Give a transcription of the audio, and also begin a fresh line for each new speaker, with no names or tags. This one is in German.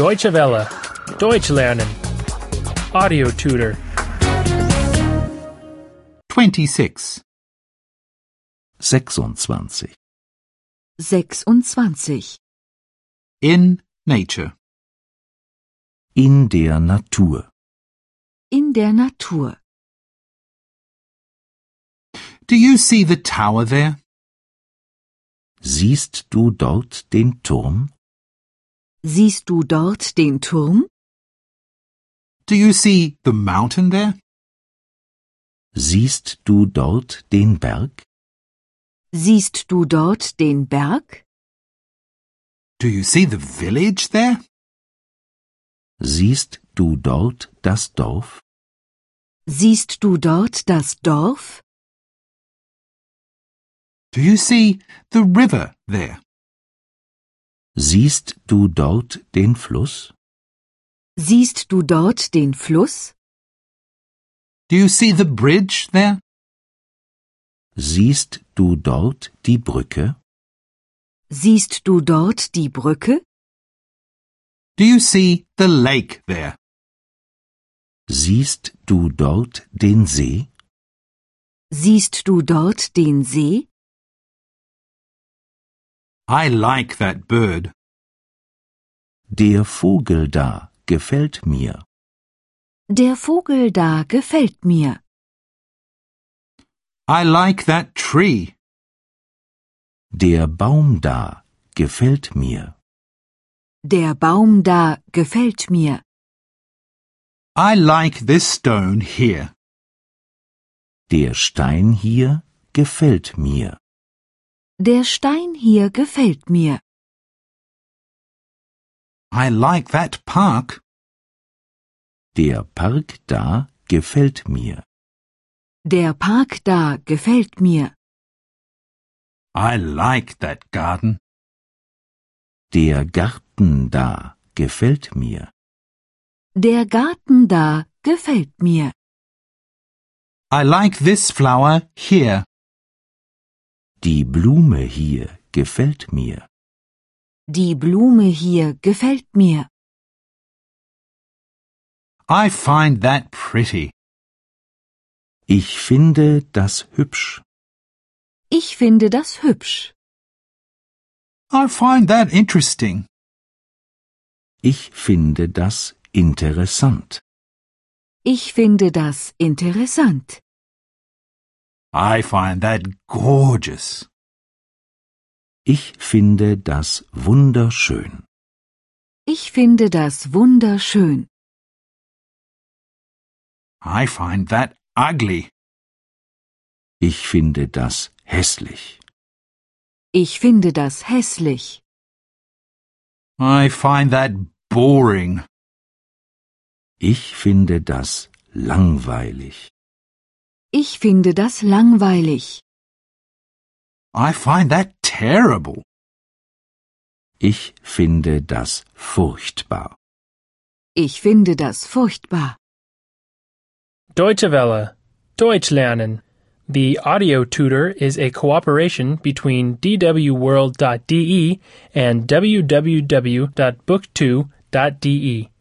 Deutsche Welle. Deutsch lernen. Audio tutor.
26. 26.
26.
In nature. In der Natur.
In der Natur.
Do you see the tower there? Siehst du dort den Turm?
Siehst du dort den Turm?
Do you see the mountain there? Siehst du dort den Berg?
Siehst du dort den Berg?
Do you see the village there? Siehst du dort das Dorf?
Siehst du dort das Dorf?
Do you see the river there?
Siehst du dort den Fluss?
Siehst du dort den Fluss?
Do you see the bridge there?
Siehst du dort die Brücke?
Siehst du dort die Brücke?
Do you see the lake there?
Siehst du dort den See?
Siehst du dort den See?
I like that bird.
Der Vogel da gefällt mir.
Der Vogel da gefällt mir.
I like that tree.
Der Baum da gefällt mir.
Der Baum da gefällt mir.
I like this stone here.
Der Stein hier gefällt mir.
Der Stein hier gefällt mir.
I like that park.
Der Park da gefällt mir.
Der Park da gefällt mir.
I like that garden.
Der Garten da gefällt mir.
Der Garten da gefällt mir.
I like this flower here.
Die Blume hier gefällt mir.
Die Blume hier gefällt mir.
I find that pretty.
Ich finde das hübsch.
Ich finde das hübsch.
I find that interesting.
Ich finde das interessant.
Ich finde das interessant.
I find that gorgeous.
Ich finde das wunderschön.
Ich finde das wunderschön.
I find that ugly.
Ich finde das hässlich.
Ich finde das hässlich.
I find that boring.
Ich finde das langweilig.
Ich finde das langweilig.
I find that terrible.
Ich finde das furchtbar.
Ich finde das furchtbar.
Deutsche Welle. Deutsch lernen. The audio tutor is a cooperation between E dwworld.de and www.book2.de.